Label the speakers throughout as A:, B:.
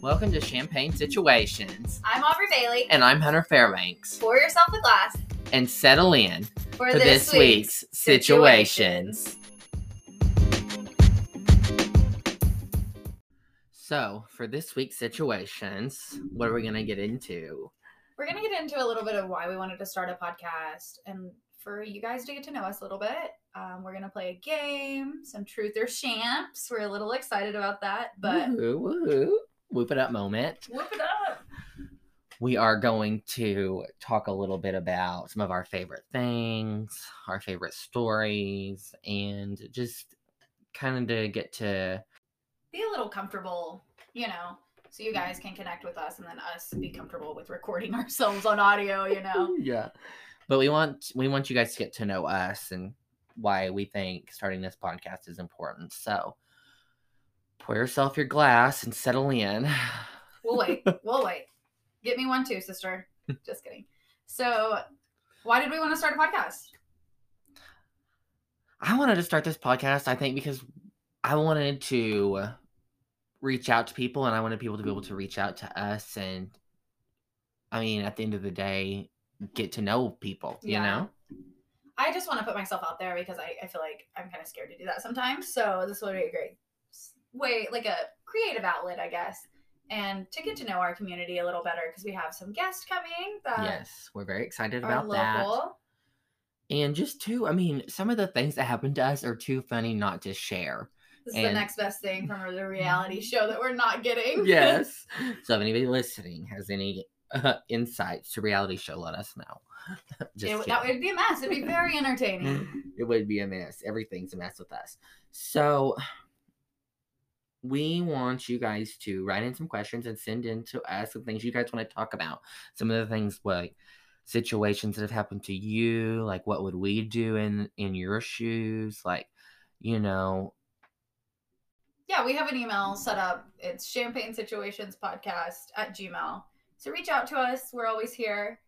A: Welcome to Champagne Situations.
B: I'm Aubrey Bailey.
A: And I'm Hunter Fairbanks.
B: Pour yourself a glass
A: And settle in
B: for,
A: for this week's situations. So, for this week's situations, what are we going to get into?
B: We're going to get into a little bit of why we wanted to start a podcast and for you guys to get to know us a little bit. Um, we're going to play a game, some truth or champs. We're a little excited about that, but
A: Woohoo, woohoo. Whoop it up moment.
B: whoop it up.
A: we are going to talk a little bit about some of our favorite things, our favorite stories, and just kind of to get to
B: Be a little comfortable, you know, so you guys can connect with us and then us be comfortable with recording ourselves on audio, you know.
A: yeah. But we want we want you guys to get to know us and why we think starting this podcast is important. So pour yourself your glass and settle in.
B: We'll wait. We'll wait. Get me one too, sister. Just kidding. So, why did we want to start a podcast?
A: I wanted to start this podcast, I think, because I wanted to reach out to people and I wanted people to be able to reach out to us. And I mean, at the end of the day, get to know people, you
B: Yeah.
A: know?
B: I just want to put myself out there because I, I feel like I'm kind of scared to do that sometimes. So this would be a great s- way, like a creative outlet, I guess, and to get to know our community a little better because we have some guests coming that
A: yes, we're very excited
B: are
A: about that.
B: local.
A: And just too, I mean, some of the things that happened to us are too funny not to share.
B: This is the
A: And-
B: next best thing from the reality show that we're not getting.
A: Yes. so if anybody listening has any uh, insights to reality show, let us know.
B: It,
A: Just
B: would- that
A: kidding. Mm.
B: would be a mess. It'd be very entertaining.
A: it would be a mess. Everything's a mess with us. So we want you guys to write in some questions and send in to us some things you guys want to talk about. Some of the things like situations that have happened to you, like what would we do in in your shoes, like you know,
B: yeah, we have an email set up. It's champagne situations podcast at gmail. So reach out to us. We're always here.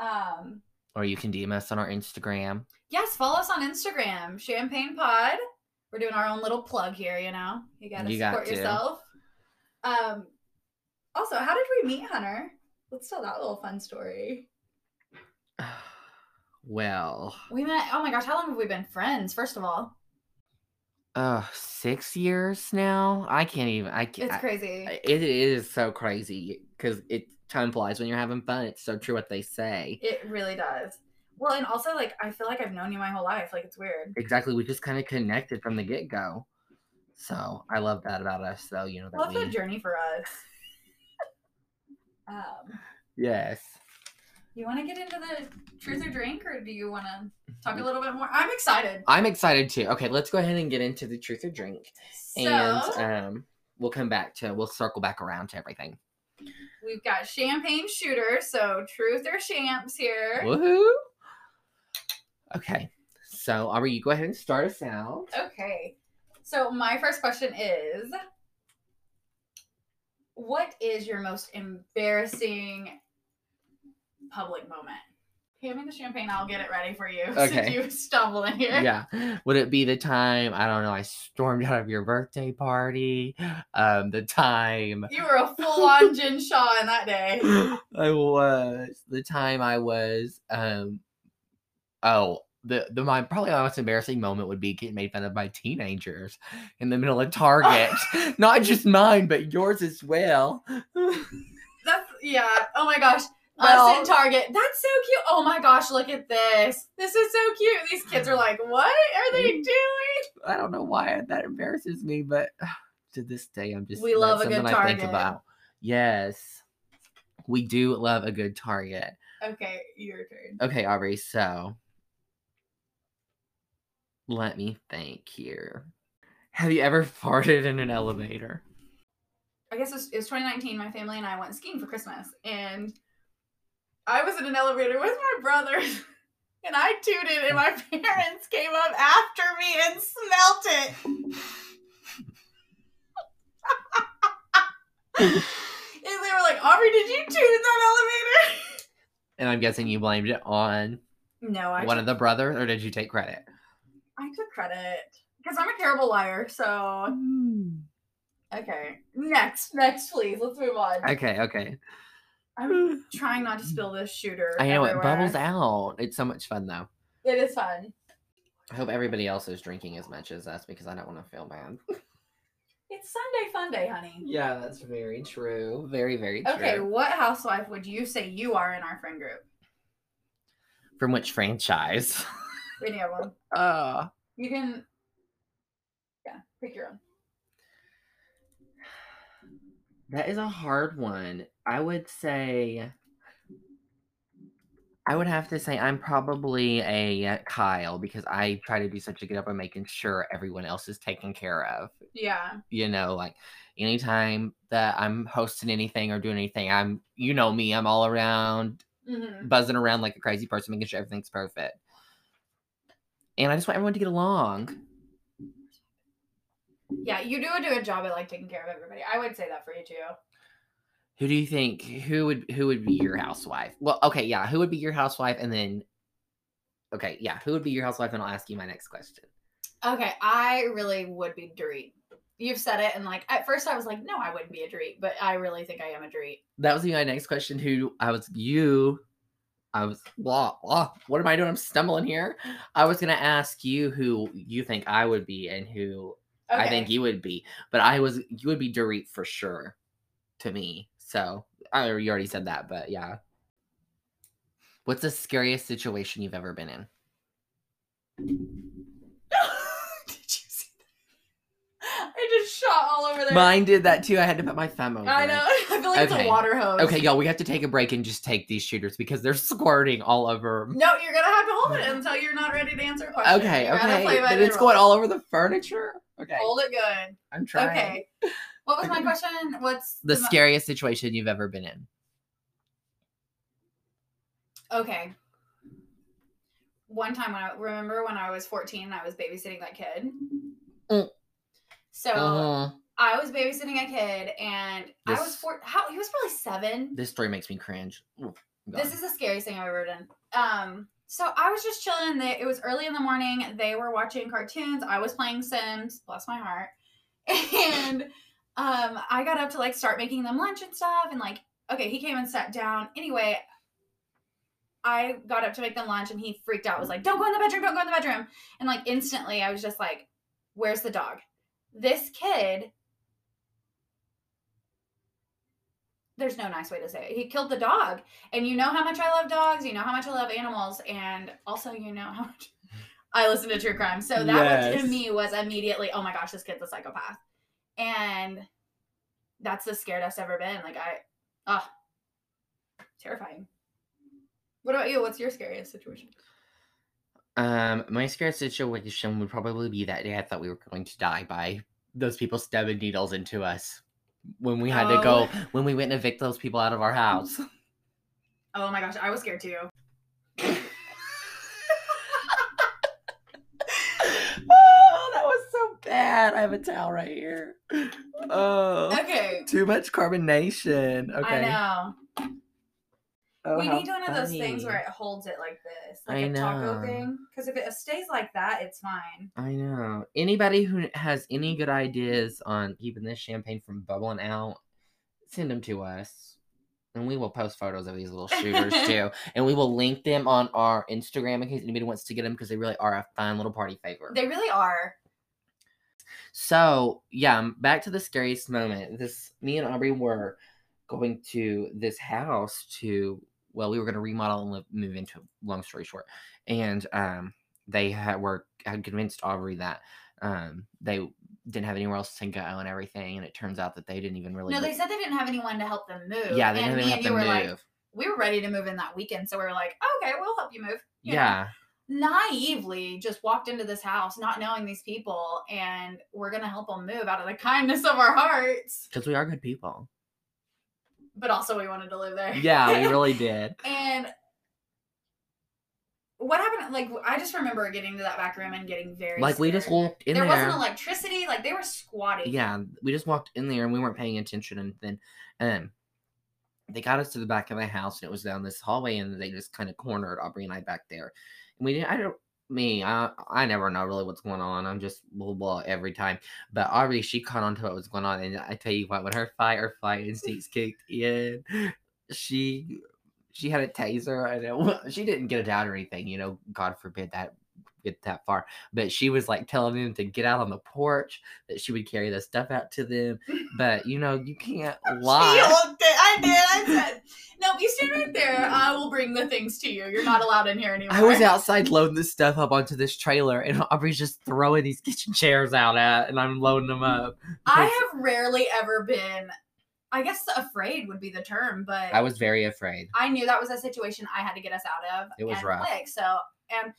B: Um,
A: or you can DM us on our Instagram.
B: Yes, follow us on Instagram, Champagne Pod. We're doing our own little plug here, you know. You gotta
A: You got
B: support
A: to.
B: yourself. Um also, how did we meet Hunter? Let's tell that little fun story.
A: Well,
B: We met oh my gosh, how long have we been friends, first of all?
A: uh, six years now. I can't even. I can't.
B: It's
A: I-
B: crazy.
A: I- It is so crazy because it time flies when you're having fun. It's so true what they say.
B: it really does. Well, and also like I feel like I've known you my whole life. Like it's weird.
A: Exactly, we just kind of connected from the get go. So I love that about us. So you know that
B: Love
A: we
B: the journey for us. um
A: yes.
B: you wanna get into the truth or drink or do you wanna talk
A: Mm.
B: a little bit more? I'm excited.
A: I'm excited too. Okay, let's go ahead and get into the truth or drink,
B: So
A: and um, we'll come back to we'll circle back around to everything.
B: We've got champagne shooter, so truth or champs here.
A: Woohoo! Okay, so Aubrey, you go ahead and start us out.
B: Okay. So my first question is what is your most embarrassing public moment? Hand me the champagne, I'll get it ready for you. Since
A: Okay.
B: you stumble in here.
A: yeah would it be the time i don't know i stormed out of your birthday party um the time
B: You were a full-on Jin Shaw in that day.
A: i was the time i was um oh the the my probably my most embarrassing moment would be getting made fun of by teenagers in the middle of target not just mine but yours as well
B: That's yeah. Oh my gosh. Us
A: Well-
B: in Target. That's so cute. Oh my gosh, look at this. This is so cute. These kids are like, what are they
A: Mm.
B: doing?
A: i don't know why that embarrasses me but to this day i'm just
B: We
A: that's
B: love a good
A: something
B: Target.
A: yes we do love a good target
B: Okay, your turn.
A: Okay, Aubrey, so let me think here. Have you ever farted in an elevator?
B: I guess it was, it was 2019. My family and I went skiing for Christmas, and I was in an elevator with my brothers, and I tooted, and my parents came up after me and smelt it. and they were like, "Aubrey, did you toot in that
A: And I'm guessing you blamed it on
B: elevator?" No, I
A: one of the brothers, or did you take credit?
B: I took credit because I'm a terrible liar. So Okay. Next, next, please. Let's move on.
A: Okay, okay.
B: I'm trying not to spill this shooter.
A: I know it
B: everywhere.
A: bubbles out. It's so much fun though.
B: It is fun.
A: I hope everybody else is drinking as much as us because I don't want to feel bad.
B: It's Sunday fun day, honey.
A: Yeah, that's very true. Very, very true.
B: Okay, what housewife would you say you are in our friend group?
A: From which franchise?
B: We need one.
A: Uh
B: You can, yeah, pick your own.
A: that is a hard one. I would say I would have to say I'm probably a Kyle because I try to do such a good job of making sure everyone else is taken care of.
B: Yeah,
A: you know like anytime that i'm hosting anything or doing anything i'm you know me i'm all around
B: hmm
A: buzzing around like a crazy person making sure everything's perfect and i just want everyone to get along
B: yeah. You do do a job at like taking care of everybody. I would say that for you too.
A: who do you think who would who would be your housewife well okay yeah who would be your housewife and then okay yeah who would be your housewife and i'll ask you my next question
B: Okay, I really would be Dorit. You've said it, and like at first I was like, no, I wouldn't be a Dorit, but I really think I am a Dorit.
A: that was my next question who i was you i was blah, blah, what am i doing i'm stumbling here i was gonna ask you who you think i would be and who
B: Okay.
A: I think you would be, but I was you would be Dorit for sure, to me. So I you already said that, but yeah. What's the scariest situation you've ever been in?
B: Did you see that? I just shot all over there.
A: Mine did that too. I had to put my thumb over.
B: I
A: it.
B: know. I feel like it's
A: Oh, Okay.
B: a water hose.
A: Okay, y'all, we have to take a break and just take these shooters because they're squirting all over.
B: No, you're gonna have to hold it until you're not ready to answer a question.
A: Okay,
B: You're gonna
A: okay,
B: play by
A: but
B: the
A: it's
B: rules.
A: going all over the furniture. Okay,
B: Hold it good.
A: I'm trying.
B: Okay. What was my question? What's
A: The
B: mo-
A: scariest situation you've ever been in.
B: Okay. One time when I remember when I was 14 and I was babysitting that kid.
A: Mm.
B: So
A: Uh,
B: I was babysitting a kid and I was
A: This-
B: four how he was probably seven.
A: this story makes me cringe. Ooh, I'm
B: This
A: gone.
B: is the scariest thing I've ever done. Um, so I was just chilling. They, it was early in the morning. They were watching cartoons. I was playing Sims. Bless my heart. And um, I got up to like start making them lunch and stuff. And like, okay, he came and sat down. Anyway, I got up to make them lunch, and he freaked out. Was like, "Don't go in the bedroom. Don't go in the bedroom." And like instantly, I was just like, "Where's the dog?" This kid. There's no nice way to say it. He killed the dog and you know how much I love dogs, you know how much I love animals, and also you know how much I listen to true crime. So that one
A: Yes.
B: to me was immediately, oh my gosh, this kid's a psychopath. And that's the scared I've ever been. Like I ah terrifying. What about you? What's your scariest situation?
A: Um, my scariest situation would probably be that day I thought we were going to die by those people stabbing needles into us when we had to go when we went and evict those people out of our house.
B: Oh my gosh, I was scared too.
A: oh, that was so bad. I have a towel right here. Oh,
B: Okay.
A: too much carbonation.
B: I know.
A: Oh,
B: we
A: how
B: need one of those things
A: funny.
B: where it holds it like this, like
A: I
B: a taco
A: know.
B: thing. Because if it stays like that, it's fine.
A: I know. Anybody who has any good ideas on keeping this champagne from bubbling out, send them to us. And we will post photos of these little shooters too. And we will link them on our Instagram in case anybody wants to get them because they really are a fine little party favor.
B: They really are.
A: So, yeah, um, back to the scariest moment. This, me and Aubrey were going to this house to, well, we were going to remodel and live, move into it, long story short. And um, they had, were, had convinced Aubrey that um, they didn't have anywhere else to go and everything. And it turns out that they didn't even really.
B: No,
A: li-
B: they said they didn't have anyone to help them move.
A: yeah, they
B: and
A: didn't even
B: me and
A: have to
B: you
A: move.
B: were like, we were ready to move in that weekend, so we were like, okay, we'll help you move. you know.
A: yeah.
B: Naively, just walked into this house, not knowing these people, and we're gonna help them move out of the kindness of our hearts.
A: Because we are good people.
B: But also, we wanted to live there.
A: Yeah, we really did.
B: and what happened? Like, I just remember getting to that back room and getting very
A: Like we
B: scared.
A: just walked in
B: there
A: there.
B: wasn't electricity. Like they were squatting.
A: yeah, we just walked in there and we weren't paying attention. And then, um, they got us to the back of the house and it was down this hallway and they just kind of cornered Aubrey and I back there. And we didn't. I don't. me, I I never know really what's going on. I'm just blah blah every time. But already she caught on to what was going on, and I tell you what, when her fight or flight instincts kicked in, she she had a taser, and it, wa- she didn't get it out or anything. You know, God forbid that get that far. But she was like telling them to get out on the porch, that she would carry the stuff out to them. But you know, you can't
B: She
A: lie.
B: looked at- I did. I said, "No, you stand right there. I will bring the things to you. You're not allowed in here anymore."
A: I was outside loading this stuff up onto this trailer, and Aubrey's just throwing these kitchen chairs out at, and I'm loading them
B: Mm-hmm.
A: up.
B: I have rarely ever been. I guess afraid would be the term, but
A: I was very afraid.
B: I knew that was a situation I had to get us out of.
A: It was
B: and
A: rough.
B: Quick, so and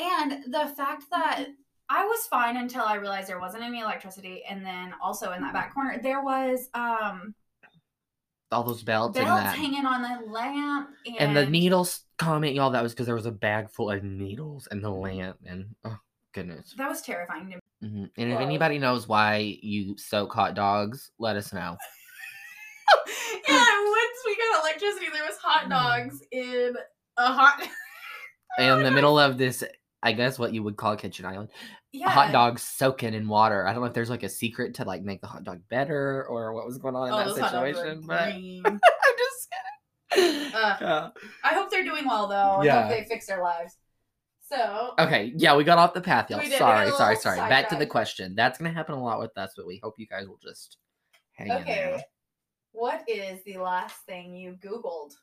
B: and the fact that I was fine until I realized there wasn't any electricity, and then also in that back corner there was um
A: All those belts, and
B: belts
A: that.
B: hanging on the lamp,
A: and the needles comment, y'all, that was because there was a bag full of needles and the lamp, and oh, goodness.
B: That was terrifying to me.
A: Mhm. And if
B: Whoa.
A: anybody knows why you soak hot dogs, let us know.
B: yeah, once we got electricity, there was
A: Mm.
B: hot dogs in a hot. Oh,
A: In the middle of this, I guess what you would call kitchen island,
B: yeah,
A: hot dogs soaking in water. I don't know if there's like a secret to like make the hot dog better or what was going on in
B: Oh, those
A: that
B: hot dogs were
A: situation, but
B: green.
A: I'm just kidding.
B: Uh,
A: Yeah.
B: I hope they're doing well though. and
A: Yeah.
B: hope they fix their lives. So
A: Okay, yeah, we got off the path, y'all.
B: We did, we got a
A: Sorry,
B: little
A: sorry, sorry. Back to the
B: sidetracked.
A: question. That's gonna happen a lot with us, but we hope you guys will just hang in there.
B: Okay. What is the last thing you Googled?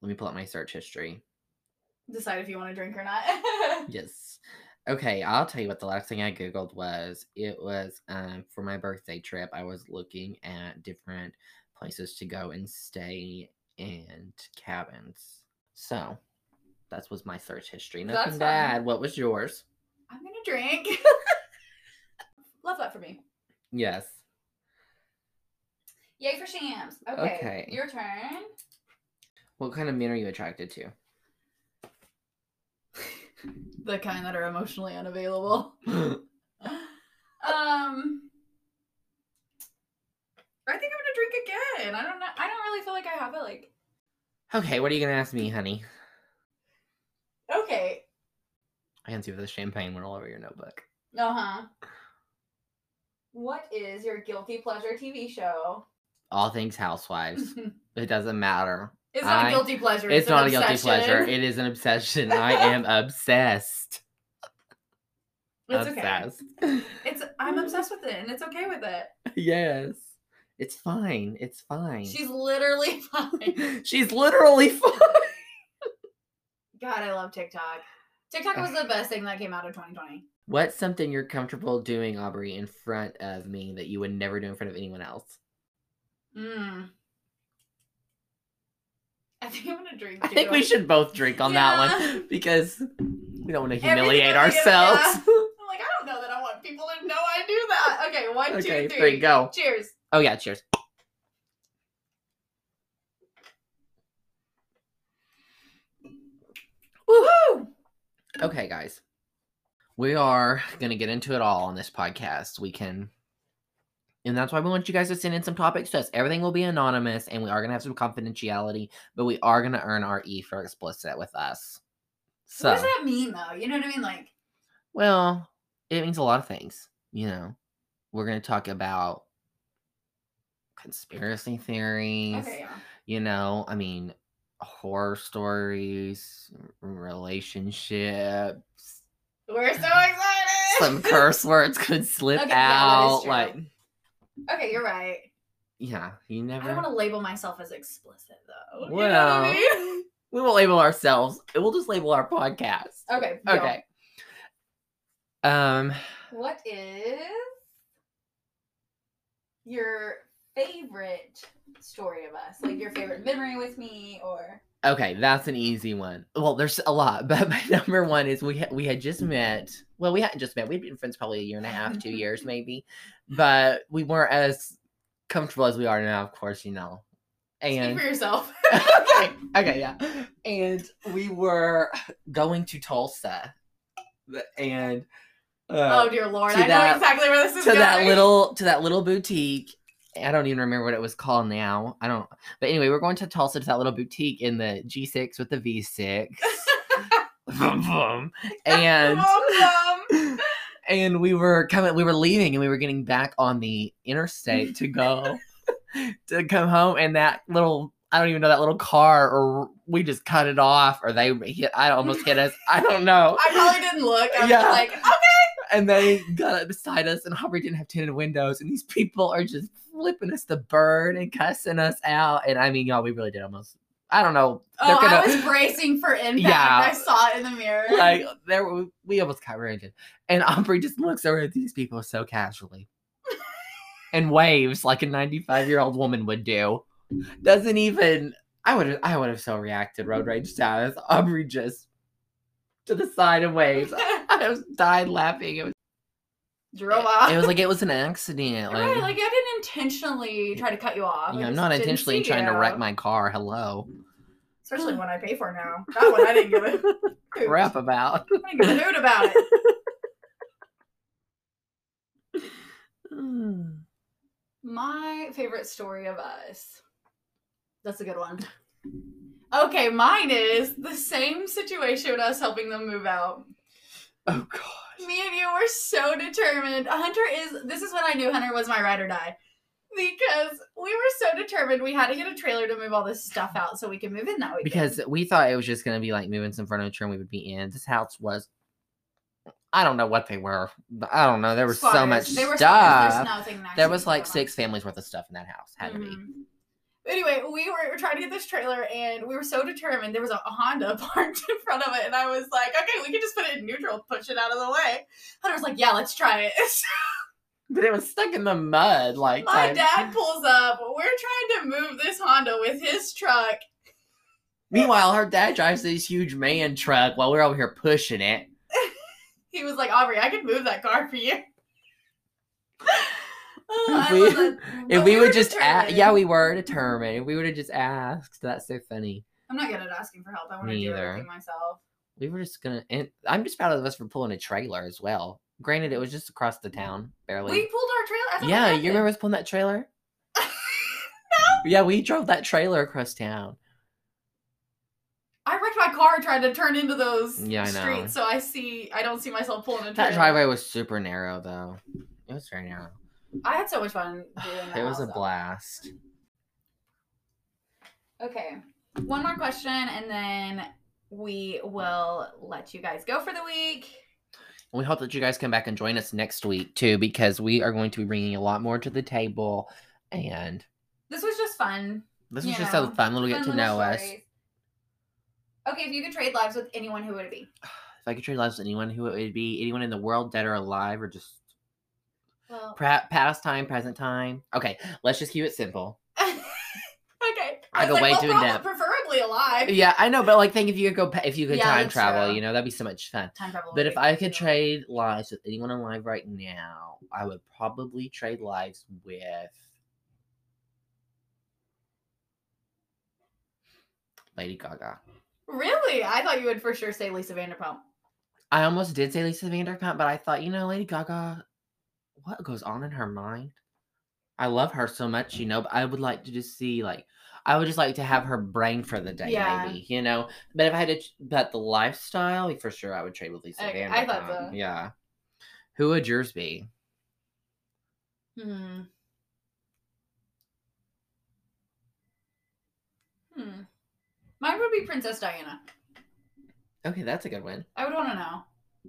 A: Let me pull up my search history.
B: Decide if you want to drink or not.
A: Yes. Okay, I'll tell you what the last thing I googled was. It was um for my birthday trip. I was looking at different places to go and stay and cabins. So that was my search history.
B: That's
A: Nothing
B: fine.
A: bad. What was yours?
B: I'm going to drink. Love that for me.
A: Yes.
B: Yay for shams. Okay.
A: Okay.
B: Your turn.
A: What kind of men are you attracted to?
B: The kind that are emotionally unavailable. um I think I'm gonna drink again. I don't know. I don't really feel like I have it like
A: okay, what are you gonna ask me, honey?
B: okay.
A: I can see the champagne went all over your notebook.
B: Uh-huh. What is your guilty pleasure TV show?
A: All things housewives. it doesn't matter.
B: It's not a
A: I-
B: guilty pleasure.
A: It's,
B: an
A: not a guilty
B: obsession.
A: pleasure. It is an obsession. I am obsessed.
B: It's okay.
A: obsessed.
B: It's I'm obsessed with it, and it's okay with it.
A: yes. It's fine. It's fine.
B: She's literally fine.
A: She's literally fine.
B: God, I love TikTok. TikTok was the best thing that came out of 2020.
A: What's something you're comfortable doing, Aubrey, in front of me that you would never do in front of anyone else?
B: Mm. I think I'm gonna drink.
A: I
B: too.
A: think we should both drink on that
B: Yeah.
A: one because we don't want to
B: Everything
A: humiliate
B: I do,
A: ourselves.
B: I'm like, I don't know that I want people to know I do that. Okay, one, two, three.
A: okay, three, go.
B: Cheers.
A: Oh yeah, cheers.
B: Woohoo!
A: Okay, guys. We are going to get into it all on this podcast. We can. And that's why we want you guys to send in some topics to us. Everything will be anonymous and we are going to have some confidentiality, but we are going to earn our E for explicit with us.
B: What
A: So,
B: does that mean, though? You know what I mean? Like,
A: well, it means a lot of things. You know, we're going to talk about conspiracy theories
B: okay, yeah.
A: you know i mean horror stories relationships
B: We're so excited.
A: some curse words could slip
B: Okay, yeah, that is
A: out
B: true.
A: like
B: okay, you're right.
A: yeah you
B: I
A: never
B: don't want to label myself as explicit, though. You know what
A: well
B: I mean?
A: we won't label ourselves we'll just label our podcast
B: Okay. go.
A: okay um
B: What is your favorite story of us? Like your favorite memory with me, or
A: Okay, that's an easy one. Well, there's a lot, but my number one is we ha- we had just met. Well, we hadn't just met. We'd been friends probably a year and a half, two years maybe, but we weren't as comfortable as we are now. Of course, you know.
B: speak
A: And
B: for yourself.
A: okay, okay, yeah. And we were going to Tulsa, and uh,
B: oh dear lord,
A: to
B: I know
A: that-
B: exactly where this is
A: to
B: going.
A: that little to that little boutique. I don't even remember what it was called now. I don't. But anyway, we're going to Tulsa to that little boutique in the G6 with the V6. vroom, vroom. and
B: Oh, Vroom, vroom.
A: and we were coming we were leaving and we were getting back on the interstate to go to come home and that little i don't even know that little car or we just cut it off or they hit i almost hit us i don't know
B: I probably didn't look. I was
A: Yeah.
B: just like, oh, okay.
A: and they got up beside us and Humphrey didn't have tinted windows and these people are just flipping us the bird and cussing us out and i mean y'all we really did almost i don't know
B: Oh,
A: They're
B: I
A: gonna-
B: was bracing for impact.
A: Yeah.
B: I saw it in the mirror.
A: like uh, there were- we almost got rear-ended and Humphrey just looks over at these people so casually and waves like a 95 year old woman would do doesn't even i would have i would have so reacted road rage status Humphrey just to the side and waves i was died laughing it was
B: drove off.
A: it was like it was an accident
B: right, like I didn't intentionally try to cut you off. I
A: Yeah, I'm
B: just
A: not
B: didn't
A: intentionally
B: see
A: trying to
B: you.
A: wreck my car. Hello.
B: Especially when I pay for now. That one I didn't give a hoot.
A: Crap about.
B: I didn't give a hoot about it.
A: Oh,
B: My favorite story of us. That's a good one. Okay, mine is the same situation with us helping them move out.
A: Oh god.
B: Me and you were so determined. Hunter is this is when I knew Hunter was my ride or die. Because we were so determined we had to get a trailer to move all this stuff out so we can move in that weekend.
A: Because we thought it was just gonna be like moving some furniture and we would be in. This house was I don't know what they were. but I don't know. There was so
B: Squatters.
A: much
B: They were
A: stuff.
B: squatters. There's nothing
A: There
B: actually
A: was like
B: going on.
A: six families worth of stuff in that house. Had to be.
B: Mhm. Anyway, we were trying to get this trailer, and we were so determined. There was a Honda parked in front of it, and I was like, "Okay, we can just put it in neutral, push it out of the way." Hunter was like, "Yeah, let's try it." So
A: But it was stuck in the mud. Like
B: My
A: like-
B: dad pulls up. We're trying to move this Honda with his truck.
A: Meanwhile, her dad drives this huge man truck while we're over here pushing it.
B: He was like, "Aubrey, I can move that car for you." Oh, I
A: We-
B: wasn't-
A: If
B: but
A: we,
B: were
A: would just ask,
B: determined.
A: yeah, we were determined. If we would have just asked, that's so funny.
B: I'm not good at asking for help. I want to
A: Me
B: do
A: either.
B: everything myself.
A: we were just gonna and i'm just proud of us for pulling a trailer as well granted it was just across the town barely
B: Mm-hmm. We pulled our trailer. I thought we
A: yeah
B: had
A: you
B: it.
A: remember us pulling that trailer yeah we drove that trailer across town
B: I wrecked my car trying to turn into those
A: Yeah, I know.
B: streets, so I see I don't see myself pulling a
A: that
B: trailer.
A: driveway was super narrow though it was very narrow
B: I had so much fun doing that.
A: it was a
B: also.
A: blast
B: Okay. One more question and then we will let you guys go for the week.
A: And we hope that you guys come back and join us next week too because we are going to be bringing a lot more to the table and
B: This was just fun.
A: this was
B: You
A: just
B: know,
A: a fun little get
B: Fun
A: to
B: little
A: know us
B: stories. Okay, if you could trade lives with anyone, who would it be?
A: if i could trade lives with anyone who it would be anyone in the world dead or alive or just
B: Well
A: pra- past time present time okay let's just keep it simple
B: Okay.
A: I go
B: was
A: way too in
B: prob-
A: depth.
B: Preferably alive.
A: Yeah, I know, but like, think if you could go, pa- if you could
B: Yeah,
A: time
B: that's
A: travel,
B: true.
A: you know, that'd be so much fun.
B: Time travel.
A: But
B: would
A: if
B: be
A: I could
B: cool.
A: trade lives with anyone alive right now, I would probably trade lives with. Lady Gaga.
B: Really? I thought you would for sure say Lisa Vanderpump.
A: I almost did say Lisa Vanderpump, but I thought, you know, Lady Gaga, what goes on in her mind? I love her so much, you know, but I would like to just see, like, I would just like to have her brain for the day,
B: Yeah.
A: maybe, you know. But if I had to, ch- but the lifestyle, for sure, I would trade with Lisa
B: Okay,
A: Vanderpump.
B: I thought so.
A: Yeah. Who would yours be?
B: Hmm. Hmm. Mine would be Princess Diana.
A: Okay, that's a good one.
B: I would want to know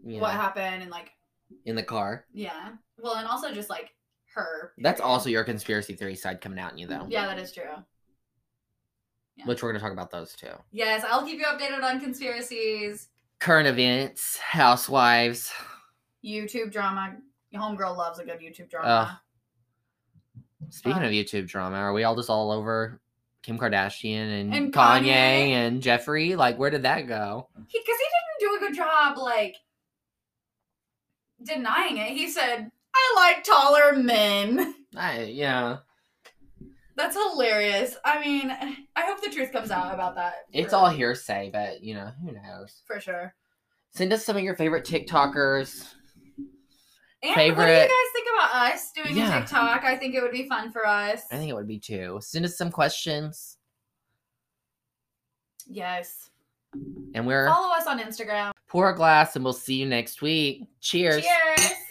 A: Yeah.
B: what happened and like,
A: In the car.
B: yeah. Well, and also just like her.
A: That's
B: period.
A: also your conspiracy theory side coming out in you, though.
B: Yeah, that is true. yeah.
A: Which we're going to talk about those two.
B: Yes, I'll keep you updated on conspiracies,
A: Current events, housewives.
B: YouTube drama. Your Homegirl loves a good YouTube drama.
A: Speaking
B: Uh,
A: of YouTube drama, are we all just all over Kim Kardashian and,
B: And
A: Kanye,
B: Kanye.
A: and Jeffrey? Like, where did that go?
B: Because he, 'cause he didn't do a good job, like denying it. He said, "I like taller men."
A: I yeah,
B: That's hilarious. I mean, I hope the truth comes out about that.
A: it's
B: for-
A: all hearsay, but you know who knows.
B: for sure.
A: Send us some of your favorite TikTokers.
B: And what do you
A: Favorite-
B: guys think about us doing
A: Yeah.
B: a TikTok? I think it would be fun for us.
A: I think it would be two. Send us some questions.
B: yes.
A: And we're
B: Follow us on Instagram.
A: pour a glass, and we'll see you next week. Cheers.
B: Cheers.